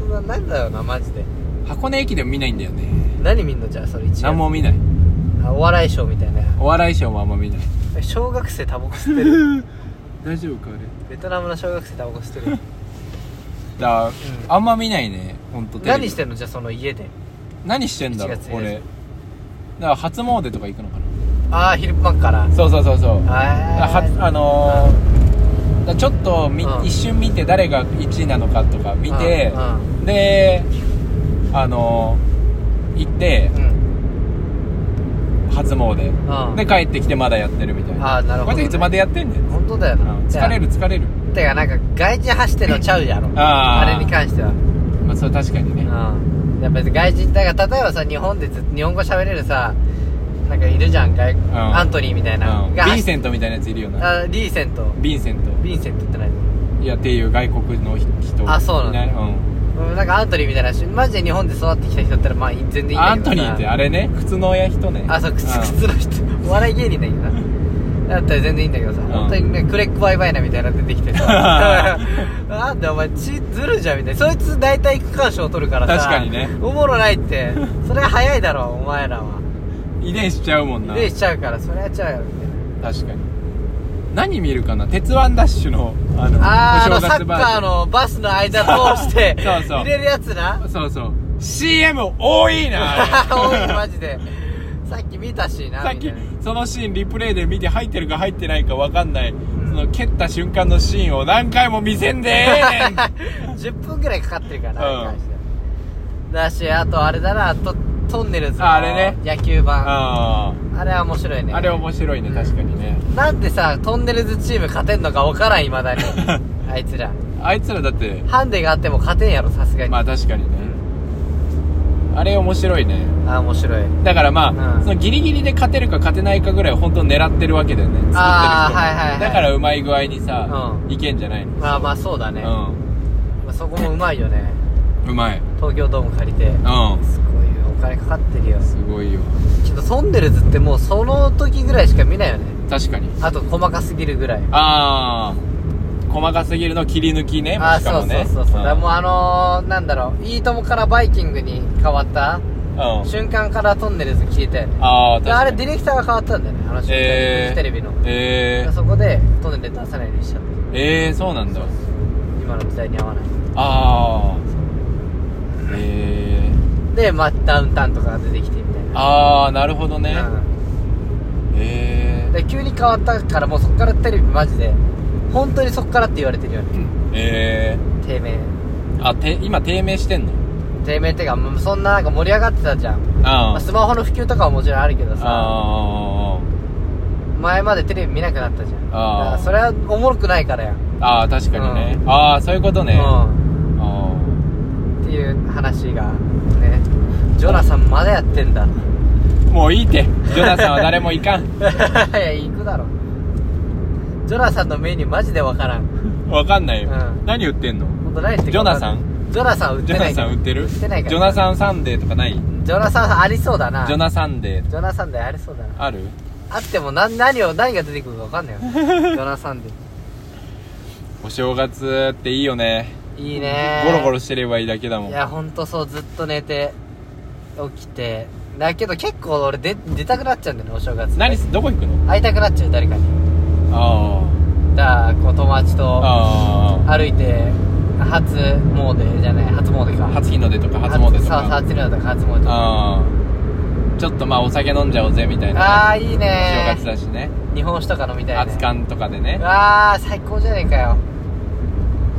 Speaker 2: 当だなんだよなマジで
Speaker 1: 箱根駅伝見ないんだよね
Speaker 2: 何見んのじゃあそれ一応
Speaker 1: 何も見ない
Speaker 2: あお笑いショーみたいな
Speaker 1: お笑いショーもあんま見
Speaker 2: [LAUGHS]
Speaker 1: ない
Speaker 2: 小学生タバコ吸ってる [LAUGHS]
Speaker 1: 大丈夫かあれ
Speaker 2: ベトナムの小学生タバコ吸
Speaker 1: [LAUGHS]
Speaker 2: ってる
Speaker 1: だあんま見ないね本当
Speaker 2: 何して
Speaker 1: ん
Speaker 2: んのじゃあその家で
Speaker 1: 何してんだろ
Speaker 2: 1
Speaker 1: う
Speaker 2: 月1日
Speaker 1: 俺だから初詣とか行くのかな
Speaker 2: ああ昼間から
Speaker 1: そうそうそうそうあ
Speaker 2: あ
Speaker 1: は
Speaker 2: ー
Speaker 1: あのーだちょっとみ、
Speaker 2: うん
Speaker 1: 一瞬見て誰が1位なのかとか見て
Speaker 2: う、ん
Speaker 1: であのー行って
Speaker 2: うんうん
Speaker 1: 初初詣
Speaker 2: うん
Speaker 1: で帰ってきてまだやってるみたいな
Speaker 2: あーなるほどね
Speaker 1: これいつまでやってんねん
Speaker 2: 本当だよな
Speaker 1: うん疲れる疲れる
Speaker 2: てかなんか外人走ってんのちゃうやろ
Speaker 1: [LAUGHS] あー
Speaker 2: れに関しては
Speaker 1: まあそれ確かにね
Speaker 2: うんやっぱり外人だから例えばさ日本でずっと日本語喋れるさなんかいるじゃん外、
Speaker 1: ん
Speaker 2: アントニーみたいな、
Speaker 1: うんビ
Speaker 2: が
Speaker 1: ンセントみたいなやついるよな
Speaker 2: あリーセント
Speaker 1: ビンセント
Speaker 2: ヴィンセントってない
Speaker 1: いやっていう外国の人
Speaker 2: あそうなんだ
Speaker 1: いいい
Speaker 2: うんなんかアントニーみたいな人マジで日本で育ってきた人だったらまあいい全然いいんだけどさ
Speaker 1: アントニーってあれね靴の親人ね
Speaker 2: あそう靴
Speaker 1: ん
Speaker 2: 靴の人お笑い芸人だけどなだったら全然いいんだけどさ、
Speaker 1: ん
Speaker 2: 本当にねクレックバイバイなみたいなの出てきて
Speaker 1: [LAUGHS]
Speaker 2: さなんだお前血ずるじゃんみたいなそいつ大体区間賞取るからさ
Speaker 1: 確かにね
Speaker 2: おもろない
Speaker 1: [LAUGHS]
Speaker 2: ってそれは早いだろお前らは
Speaker 1: 遺伝しちゃうもんな
Speaker 2: でしちゃうからそれはちゃうやろみたいな
Speaker 1: 確かに何見るかな鉄腕ダッシュのあの
Speaker 2: あーあ
Speaker 1: お
Speaker 2: の
Speaker 1: 正
Speaker 2: サ
Speaker 1: 月
Speaker 2: ッ
Speaker 1: バ
Speaker 2: カーのバスの間通して
Speaker 1: [LAUGHS] そうそう
Speaker 2: 入れるやつな
Speaker 1: ージョンそうそう CM 多いなあ
Speaker 2: 多いマジでさっき見たし
Speaker 1: れ
Speaker 2: [LAUGHS] な
Speaker 1: さっ
Speaker 2: み
Speaker 1: き
Speaker 2: たいな
Speaker 1: そのシーンリプレイで見て入ってるか入ってないか分かんない、その蹴った瞬間のシーンを何回も見せんでええ
Speaker 2: [LAUGHS]
Speaker 1: ねん
Speaker 2: 10分ぐらいかかってるからな、
Speaker 1: うん
Speaker 2: あれに関してはだしあとあれだなとトンネルズの
Speaker 1: ああれね
Speaker 2: 野球版あ
Speaker 1: あ
Speaker 2: れは面白いね
Speaker 1: ああれ面白いね確かにね
Speaker 2: なんでさトンネルズチーム勝てんのか分からんい
Speaker 1: [LAUGHS]
Speaker 2: まだにあいつら
Speaker 1: あいつらだって
Speaker 2: ハンデがあっても勝てんやろさすがに、
Speaker 1: まあ確かにねあれ面白いね
Speaker 2: ああ面白い
Speaker 1: だからまあ、
Speaker 2: うん
Speaker 1: そのギリギリで勝てるか勝てないかぐらい本当狙ってるわけだよね作ってる人
Speaker 2: あーはいはいはい
Speaker 1: だからうまい具合にさ、
Speaker 2: う
Speaker 1: いけんじゃないの
Speaker 2: まあまあそうだね、まあ、そこもうまいよね
Speaker 1: うんうまい
Speaker 2: 東京ドーム借りて
Speaker 1: う
Speaker 2: すごいよお金かかってるよ
Speaker 1: んすごいよ
Speaker 2: けどトンネルズってもうその時ぐらいしか見ないよね
Speaker 1: 確かに
Speaker 2: あと細かすぎるぐらい
Speaker 1: ああ細かすぎるの切り抜きね
Speaker 2: あ
Speaker 1: しかもね
Speaker 2: そうそうそうそう、だから
Speaker 1: ん
Speaker 2: もうあのー、なんだろう「いいとも」から「バイキング」に変わった
Speaker 1: うん
Speaker 2: 瞬間からトンネルズ消えたよね
Speaker 1: ああ
Speaker 2: であれディ
Speaker 1: に
Speaker 2: レクターが変わったんだよねあの瞬間、
Speaker 1: え
Speaker 2: フ
Speaker 1: ー、
Speaker 2: ジテレビの、
Speaker 1: え
Speaker 2: そこでトンネルズ出さないようにしちゃった
Speaker 1: ー、えー、そうなんだ
Speaker 2: 今の時代に合わない
Speaker 1: ああえ
Speaker 2: で、まあ、ダウンタウンとかが出てきてみたい
Speaker 1: ー、ああなるほどね、
Speaker 2: な、
Speaker 1: え
Speaker 2: うん、で急に変わったからもうそこからテレビマジで本当にそこからって言われてるよね
Speaker 1: ー、え
Speaker 2: 低迷
Speaker 1: ー、あて今低迷してんの
Speaker 2: 低迷ってかもうそんななんか盛り上がってたじゃん、
Speaker 1: あ
Speaker 2: ま
Speaker 1: ー
Speaker 2: あ、スマホの普及とかはもちろんあるけどさ
Speaker 1: あ
Speaker 2: 前までテレビ見なくなったじゃん
Speaker 1: あー
Speaker 2: だからそれはおもろくないからやん、
Speaker 1: ーあー確かにね、ああそういうことね、ああ
Speaker 2: うんっていう話がねジョナサンまだやってんだ [LAUGHS]
Speaker 1: もういいってジョナさんは誰もいかん
Speaker 2: いや行くだろジョナサンのメニューマジでわからん
Speaker 1: わかんないよ、
Speaker 2: うん
Speaker 1: 何売ってんの
Speaker 2: 本当ないって
Speaker 1: ジョナサン
Speaker 2: ジョナサンは売っ
Speaker 1: ジョ
Speaker 2: てな
Speaker 1: ナ
Speaker 2: いか
Speaker 1: さん
Speaker 2: ら
Speaker 1: 売ってる
Speaker 2: 売ってないから
Speaker 1: ジョナサンサンデーとかないジ
Speaker 2: ジョナサンありそうだな
Speaker 1: ョナサンデー
Speaker 2: ジョナサンでありそうだな
Speaker 1: ある
Speaker 2: あっても何何を何が出てくるかわ
Speaker 1: [LAUGHS]
Speaker 2: かんないよジョナサンで
Speaker 1: お正月っていいよね
Speaker 2: いいね
Speaker 1: ゴロゴロしてればいいだけだも
Speaker 2: い
Speaker 1: ん
Speaker 2: やほんとそうずっと寝て起きてだけど結構俺出出たくなっちゃうんだよねお正月
Speaker 1: 何すどこ行くの
Speaker 2: 会いたくなっちゃう誰かに
Speaker 1: あ
Speaker 2: だからこう友達
Speaker 1: あ
Speaker 2: と
Speaker 1: ああ
Speaker 2: 歩いて初詣じゃない初詣か
Speaker 1: 初日の出とか初詣と
Speaker 2: そう
Speaker 1: か
Speaker 2: 初詣とか初詣とか
Speaker 1: ああちょっとまあお酒飲んじゃおうぜみたいな
Speaker 2: あーいい
Speaker 1: お正
Speaker 2: ね
Speaker 1: 月だしね
Speaker 2: 日本酒とか飲みたいね
Speaker 1: 熱燗とかでね
Speaker 2: あー最高じゃねえかよ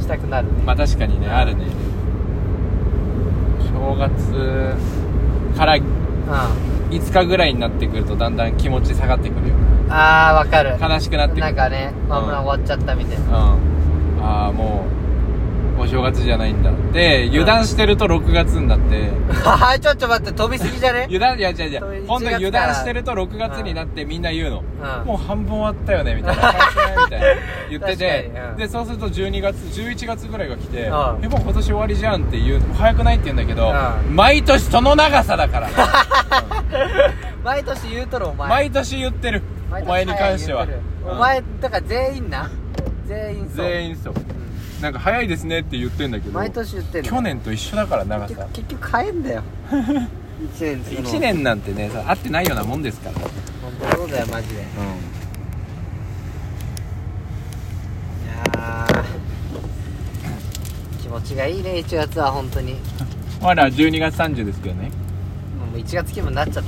Speaker 2: したくなるね
Speaker 1: まあ確かにねあるね正月から
Speaker 2: うん
Speaker 1: 5日ぐらいになってくるとだんだん気持ち下がってくるよね
Speaker 2: あーわかる
Speaker 1: 悲しくなってくる
Speaker 2: なんかねまあ
Speaker 1: うん
Speaker 2: まあ終わっちゃったみたい
Speaker 1: うんああもうお正月じゃないんだで油断してると6月になって
Speaker 2: な [LAUGHS] はいちょっと待って飛びすぎじゃね
Speaker 1: 油断いや違う違
Speaker 2: そう
Speaker 1: う
Speaker 2: いう
Speaker 1: 本当に
Speaker 2: 1
Speaker 1: 油
Speaker 2: 月から
Speaker 1: 断してると6月になってみんな言うの
Speaker 2: うん
Speaker 1: もう半分終わったよねみたいな半
Speaker 2: [LAUGHS]
Speaker 1: 分終わったよねみたいな言ってて
Speaker 2: 確かにうん
Speaker 1: でそうすると12月11月ぐらいが来てえも
Speaker 2: う
Speaker 1: う
Speaker 2: ん
Speaker 1: 今年終わりじゃんって言う早くないって言うんだけど
Speaker 2: う
Speaker 1: 毎年その長さだから
Speaker 2: [LAUGHS] 毎年言うとるお前
Speaker 1: 毎年言ってるお前に関しては
Speaker 2: 毎年早い言うと
Speaker 1: う
Speaker 2: るお
Speaker 1: ん
Speaker 2: 前だから全員な全員そう
Speaker 1: 全員そうなんか早いですねって言ってんだけ
Speaker 2: うん
Speaker 1: ど
Speaker 2: 毎年言ってんの
Speaker 1: 去年と一緒だから長
Speaker 2: 結
Speaker 1: さ
Speaker 2: 局結局変えん
Speaker 1: [LAUGHS]
Speaker 2: だよ一年つくの
Speaker 1: 1年なんてね合ってないようなもんですから
Speaker 2: 本当そうだよマジでいやー気持ちがいいね1月は本当に
Speaker 1: まだ12月30ですけどね
Speaker 2: もう1月気分になっちゃったよ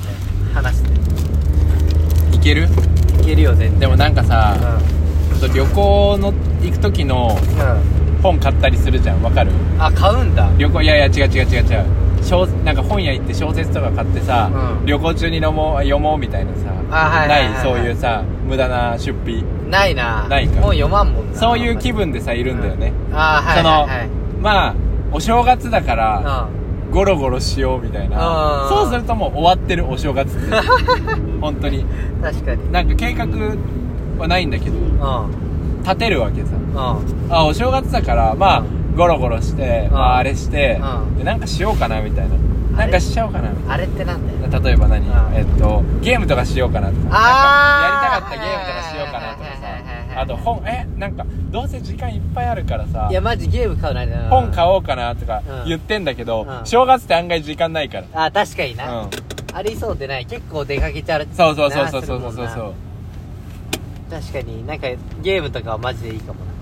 Speaker 2: 話して
Speaker 1: いける
Speaker 2: いけるよ全然
Speaker 1: でもなんか
Speaker 2: うん
Speaker 1: さ、ちょっと旅行の行く時の
Speaker 2: う
Speaker 1: 本買ったりするじゃんわかる
Speaker 2: んあ買うんだ
Speaker 1: 旅行いやいや違う違う違う違う小なんか本屋行って小説とか買ってさ、
Speaker 2: うん
Speaker 1: 旅行中に飲もう読もうみたいなさ
Speaker 2: あはいはいはい
Speaker 1: な
Speaker 2: はいい
Speaker 1: そういうさ無駄な出費
Speaker 2: ないな
Speaker 1: ないか
Speaker 2: 本読まんもんな
Speaker 1: そういう気分でさいるんだよね、
Speaker 2: ああはいはいはい
Speaker 1: まあお正月だから
Speaker 2: う
Speaker 1: ゴロゴロしようみたいな
Speaker 2: あー
Speaker 1: そうするともう終わってるお正月って
Speaker 2: [LAUGHS]
Speaker 1: 本当に
Speaker 2: ん確かにうん
Speaker 1: なんか計画はないんだけど立てるわけさ
Speaker 2: うん
Speaker 1: あお正月だからまあゴロゴロして、
Speaker 2: うん
Speaker 1: まあ、あれして、
Speaker 2: うん
Speaker 1: でなんかしようかなみたいななんかしちゃおうかなみたいな
Speaker 2: あれってなんだよ
Speaker 1: 例えば何、
Speaker 2: うん
Speaker 1: えっとゲームとかしようかなとかなん
Speaker 2: あ
Speaker 1: かやりた
Speaker 2: ー
Speaker 1: かったゲームとかしようかなとか
Speaker 2: はいはいはいはいは
Speaker 1: さ
Speaker 2: い
Speaker 1: あと本えなんかどうせ時間いっぱいあるからさ
Speaker 2: いやマジゲーム買うなあれだな
Speaker 1: 本買
Speaker 2: う
Speaker 1: おうかなとか
Speaker 2: うん
Speaker 1: 言ってんだけど、
Speaker 2: うん
Speaker 1: 正月って案外時間ないから、
Speaker 2: あ確かにな、
Speaker 1: うん、
Speaker 2: ありそうでない結構出かけちゃう
Speaker 1: そうそうそうそうそうそう
Speaker 2: なするもんな確かになんかゲームとかはマジでいいかもな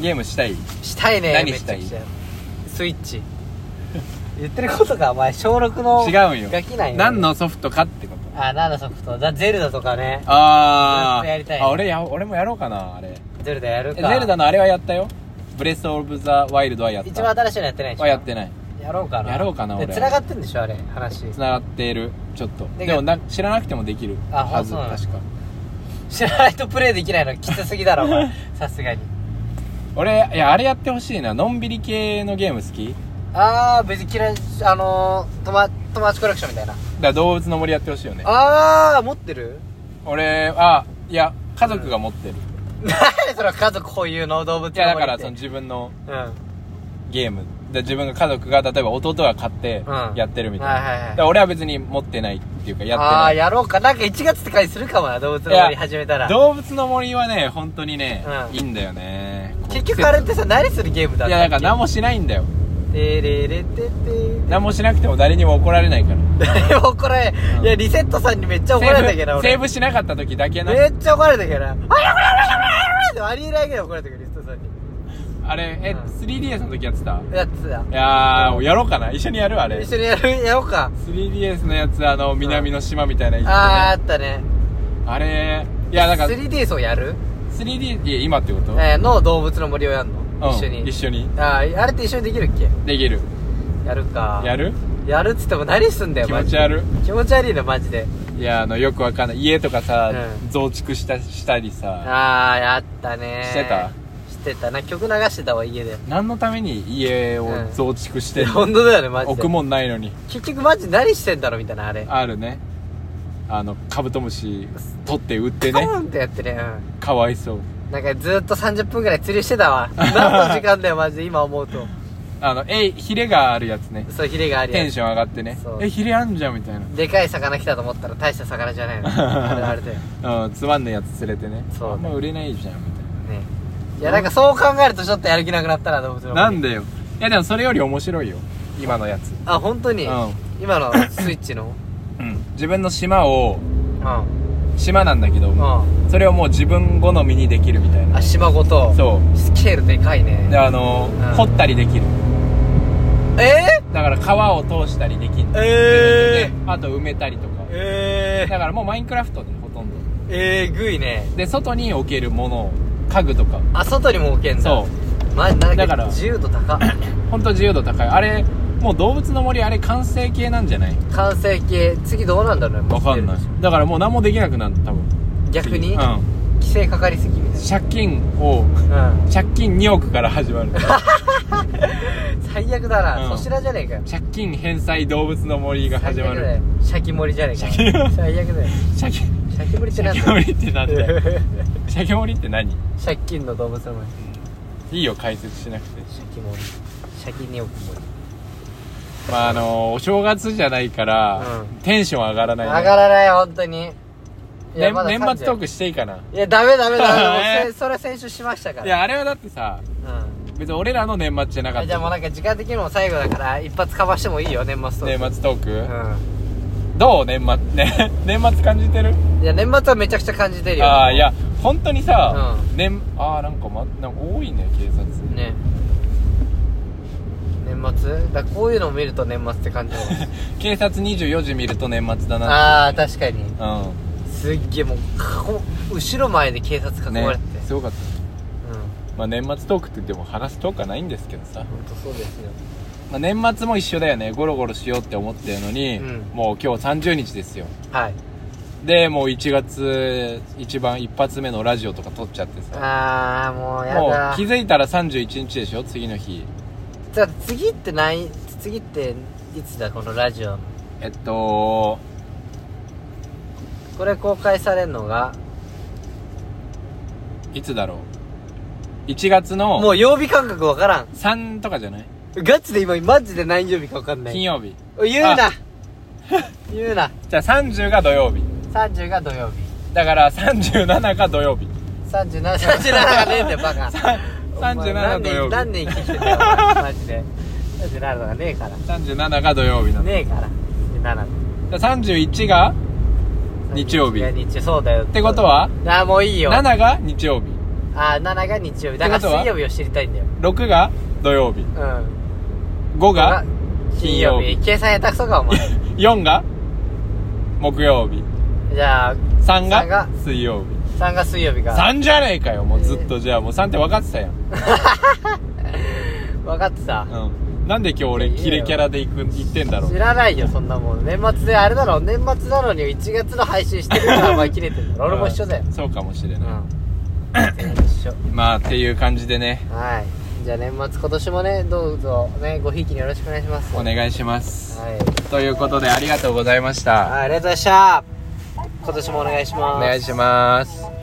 Speaker 1: ゲームしたい
Speaker 2: したいね
Speaker 1: 何したい
Speaker 2: めちゃくちゃスイッチ [LAUGHS] 言ってることがお前小6の
Speaker 1: 違うんよ
Speaker 2: ガキなんよ
Speaker 1: 何のソフトかってこと
Speaker 2: あ何のソフトだゼルダとかね
Speaker 1: あ
Speaker 2: ずっと
Speaker 1: ー
Speaker 2: やりたい
Speaker 1: あ俺や俺もやろうかなあれ
Speaker 2: ゼルダやる
Speaker 1: えゼ
Speaker 2: か
Speaker 1: ルダのあれはやったよブレス・オブ・ザ・ワイルドはやった
Speaker 2: 一番新しいのやってないでしょ
Speaker 1: はやってない
Speaker 2: やろうかな
Speaker 1: やろうかな
Speaker 2: で
Speaker 1: 俺
Speaker 2: 繋がってんでしょあれ話
Speaker 1: 繋がっているちょっと
Speaker 2: で
Speaker 1: でもな知らなくてもできる
Speaker 2: あ
Speaker 1: はず
Speaker 2: そうな
Speaker 1: 確
Speaker 2: の
Speaker 1: か
Speaker 2: 知らないとプレイできないのきつすぎだろお
Speaker 1: [LAUGHS]
Speaker 2: 前さすがに
Speaker 1: 俺いやあれやってほしいなのんびり系のゲーム好き
Speaker 2: ああ別に嫌いあのー、とま友達コレクションみたいな
Speaker 1: だから動物の森やってほしいよね
Speaker 2: ああ持ってる
Speaker 1: 俺あいや家族が持ってる、
Speaker 2: 何それ家族保有の動物
Speaker 1: い
Speaker 2: の
Speaker 1: やだからその
Speaker 2: 森って
Speaker 1: 自分の
Speaker 2: うん
Speaker 1: ゲームで自分が家族が例えば弟が買って
Speaker 2: うん
Speaker 1: やってるみたいな、
Speaker 2: はいはいはい
Speaker 1: だから俺は別に持ってないっていうかや
Speaker 2: ああ
Speaker 1: って
Speaker 2: ーやろうかなんか1月って回するかもな動物の森始めた
Speaker 1: ない
Speaker 2: ら
Speaker 1: 動物の森はね本当にね、
Speaker 2: うん
Speaker 1: いいんだよね
Speaker 2: 結局あれってさ何するゲームだ
Speaker 1: い
Speaker 2: っ
Speaker 1: やだ
Speaker 2: たっ
Speaker 1: から何もしないんだよ
Speaker 2: けてれれてて
Speaker 1: 何もしなくても誰にも怒られないから
Speaker 2: でもこれ
Speaker 1: うん
Speaker 2: いやリセットさんにめっちゃ怒られたけどな
Speaker 1: セー
Speaker 2: 俺
Speaker 1: ブしなかった時だけな
Speaker 2: めっちゃ怒られたけどなあやばいやばいやばいやばいってありえないぐらい怒られたけどリセットさんに
Speaker 1: あれえ、
Speaker 2: うん
Speaker 1: 3DS の時やってた
Speaker 2: やつだ
Speaker 1: いやーやろうかな一緒にやるあれ
Speaker 2: 一緒にやるやろうか
Speaker 1: 3DS のやつあの南の島みたいな、
Speaker 2: あああったね
Speaker 1: ああれいやなんか
Speaker 2: 3DS をやる
Speaker 1: 3D いや今ってこと、
Speaker 2: えーの動物の森をやん
Speaker 1: うん
Speaker 2: の一緒に
Speaker 1: 一緒に
Speaker 2: あーあれって一緒にできるっけ
Speaker 1: できる
Speaker 2: やるか
Speaker 1: やる
Speaker 2: やるっつっても何すんだよ
Speaker 1: 気持
Speaker 2: マジ
Speaker 1: ち
Speaker 2: で
Speaker 1: 悪
Speaker 2: 気持ち悪いなマジで
Speaker 1: いやあのよくわかんない家とかさ、
Speaker 2: う
Speaker 1: 増築したしたりさ
Speaker 2: ああやったね
Speaker 1: してた
Speaker 2: してたな曲流してたわ家で [LAUGHS]
Speaker 1: 何のために家を
Speaker 2: うん
Speaker 1: 増築し
Speaker 2: い
Speaker 1: て
Speaker 2: や
Speaker 1: る、
Speaker 2: 本当だよねマジ
Speaker 1: 置
Speaker 2: で
Speaker 1: くもんないのに
Speaker 2: 結局マジ何してんだろみたいなあれ
Speaker 1: あるねあのカブトムシ取って売って
Speaker 2: ポ
Speaker 1: ね
Speaker 2: ーンってやってねう
Speaker 1: かわいそうん
Speaker 2: なんかずっと30分ぐらい釣りして
Speaker 1: [LAUGHS]
Speaker 2: たわ何の時間だよマジで今思うと
Speaker 1: あのえいヒレがあるやつね
Speaker 2: そうヒレがあり
Speaker 1: テンション上がってね
Speaker 2: そう
Speaker 1: えヒレあんじゃんみたい
Speaker 2: でかい魚来たと思ったら大した魚じゃない
Speaker 1: [LAUGHS]
Speaker 2: のあれあれだよね
Speaker 1: な、うん、つまんないやつ連れてね
Speaker 2: そう
Speaker 1: あんま売れないじゃんみたい
Speaker 2: いやなんかそう考えるとちょっとやる気なくなったな動物の
Speaker 1: な
Speaker 2: 森
Speaker 1: なんでよいやでもそれより面白いよ今のやつ
Speaker 2: あ本当に、
Speaker 1: うん
Speaker 2: 今のスイッ
Speaker 1: [LAUGHS]
Speaker 2: チの
Speaker 1: うん自分の島を
Speaker 2: うん
Speaker 1: 島なんだけど、
Speaker 2: うん
Speaker 1: それをもう自分好みにできるみたいな
Speaker 2: あ島ごと
Speaker 1: そ
Speaker 2: スケールでかいう
Speaker 1: で
Speaker 2: ね
Speaker 1: あのー
Speaker 2: うん
Speaker 1: 掘ったりできる
Speaker 2: え
Speaker 1: だから川を通したりできる
Speaker 2: ー、え
Speaker 1: であと埋めたりとか
Speaker 2: ー、え
Speaker 1: だからもうマインクラフトでほとんど
Speaker 2: ー、えー、ぐいね
Speaker 1: で外に置けるものを家具とか
Speaker 2: あ外にも置けんだ
Speaker 1: そう
Speaker 2: マジなん
Speaker 1: だ
Speaker 2: か
Speaker 1: から
Speaker 2: 自由
Speaker 1: [LAUGHS]
Speaker 2: 度高っ
Speaker 1: ほんと自由度高いあれもう動物の森あれ完成形なんじゃない
Speaker 2: 完成形次どうなんだろうね
Speaker 1: わかんないだからもう何もできなくなる多分
Speaker 2: 逆に、
Speaker 1: うん
Speaker 2: 規制かかりすぎみたい
Speaker 1: 借金を
Speaker 2: なうん
Speaker 1: 借金2億から始ま
Speaker 2: [LAUGHS]
Speaker 1: る
Speaker 2: 最悪だな、
Speaker 1: うん
Speaker 2: そちらじゃねえかよ
Speaker 1: 借金返済動物の森が始ま
Speaker 2: 最悪だ
Speaker 1: る
Speaker 2: よシャキモリじゃねえか
Speaker 1: シャキモリ
Speaker 2: 最悪だよ
Speaker 1: 借金
Speaker 2: シャキモリってなん
Speaker 1: 借
Speaker 2: だ
Speaker 1: 金森ってなんだよ
Speaker 2: [LAUGHS] 借
Speaker 1: 借金森って何
Speaker 2: 金の動物の森
Speaker 1: いいよ解説しなくて
Speaker 2: シャキモリシャキニオクモリ
Speaker 1: まああのお正月じゃないから、
Speaker 2: うん
Speaker 1: テンション上がらない、
Speaker 2: 上がらない本当にいや
Speaker 1: 年
Speaker 2: まだ
Speaker 1: 年末トー
Speaker 2: 30
Speaker 1: クしていいかない
Speaker 2: やダメダメダメ
Speaker 1: [LAUGHS] え
Speaker 2: もうせそれ先週しましたから
Speaker 1: いやあれはだってさ
Speaker 2: うん
Speaker 1: 別に俺らの年末じゃなかっ
Speaker 2: じゃあもう
Speaker 1: た
Speaker 2: なんか時間的にも最後だから一発かましてもいいよ年末と
Speaker 1: 年末トーク、
Speaker 2: う
Speaker 1: どう年末ね [LAUGHS] 年末感じてる
Speaker 2: んいや年末はめちゃくちゃ感じてるよ
Speaker 1: ああいや本当にさ、
Speaker 2: う
Speaker 1: 年ああなんか,、ま、なんか多いね警察
Speaker 2: ね年末だからこういうのを見ると年末って感
Speaker 1: [LAUGHS]
Speaker 2: じます
Speaker 1: 警察24時見ると年末だな
Speaker 2: ああ確かに
Speaker 1: あ
Speaker 2: すっげえもう囲後ろ前で警察
Speaker 1: うん
Speaker 2: 囲
Speaker 1: ね
Speaker 2: まれてて、
Speaker 1: すごかっ
Speaker 2: うん
Speaker 1: たまあ年末トークってでも話すトークはないんですけどさ
Speaker 2: 本当そうですよ
Speaker 1: まあ、年末も一緒だよねゴロゴロしようって思ってるのに、
Speaker 2: うん
Speaker 1: もう今日30日ですよ
Speaker 2: はい
Speaker 1: でもう1月一番一発目のラジオとか撮っちゃってさ
Speaker 2: あーもうや
Speaker 1: もう
Speaker 2: だ
Speaker 1: 気づいたら31日でしょ次の日
Speaker 2: じゃあ次ってない次っていつだこのラジオの
Speaker 1: えっと
Speaker 2: これ公開されるのが
Speaker 1: いつだろう1月の
Speaker 2: もう曜日感覚わからん
Speaker 1: 3とかじゃない
Speaker 2: ガチで今マジで何曜日かわかんない
Speaker 1: 金曜日
Speaker 2: 言うな [LAUGHS] 言うな
Speaker 1: じゃあ30が土曜日
Speaker 2: 30が土曜日
Speaker 1: だから37が土曜日
Speaker 2: 37 37がねえんだよ [LAUGHS] バカ
Speaker 1: さ37土曜日
Speaker 2: 何年何年生きてきたよマジで37とかねえから
Speaker 1: 37が土曜日なの、
Speaker 2: ねえから
Speaker 1: だ
Speaker 2: 37
Speaker 1: から31が日曜日
Speaker 2: いや日曜そうだよっ
Speaker 1: ってことは
Speaker 2: ああもういいよ
Speaker 1: 7が日曜日
Speaker 2: あ7が日曜日だか
Speaker 1: ってこ
Speaker 2: ら
Speaker 1: とは
Speaker 2: 水曜日を知りたいんだよ
Speaker 1: 6が土曜日
Speaker 2: うん
Speaker 1: 5が金
Speaker 2: 金
Speaker 1: 曜
Speaker 2: 曜
Speaker 1: 日
Speaker 2: 日計算下手くそか [LAUGHS] お前
Speaker 1: 4が木曜日
Speaker 2: じゃあ
Speaker 1: 3
Speaker 2: 三
Speaker 1: が
Speaker 2: が
Speaker 1: 水曜日
Speaker 2: 3が水曜日か
Speaker 1: 3じゃねえかよもうずっとじゃあもう3って分かってたやん
Speaker 2: 分かってた
Speaker 1: うんなんで今日俺
Speaker 2: いやいいよ
Speaker 1: キレキャラで行く行ってんだろ
Speaker 2: 知
Speaker 1: う
Speaker 2: らないよそんなもん年末であれだろ年末なのに1月の配信してるからお前切れてるんだろ俺も一緒だよ
Speaker 1: うんそうかもしれ
Speaker 2: う
Speaker 1: ない、
Speaker 2: ん一緒
Speaker 1: まあっていう感じでね
Speaker 2: はいじゃあ年末今年もねどうぞねごひいきによろしくお願いします
Speaker 1: お
Speaker 2: はい
Speaker 1: 願いしますということでありがとうございました
Speaker 2: ありがとうございました今年もお願いします
Speaker 1: お願いします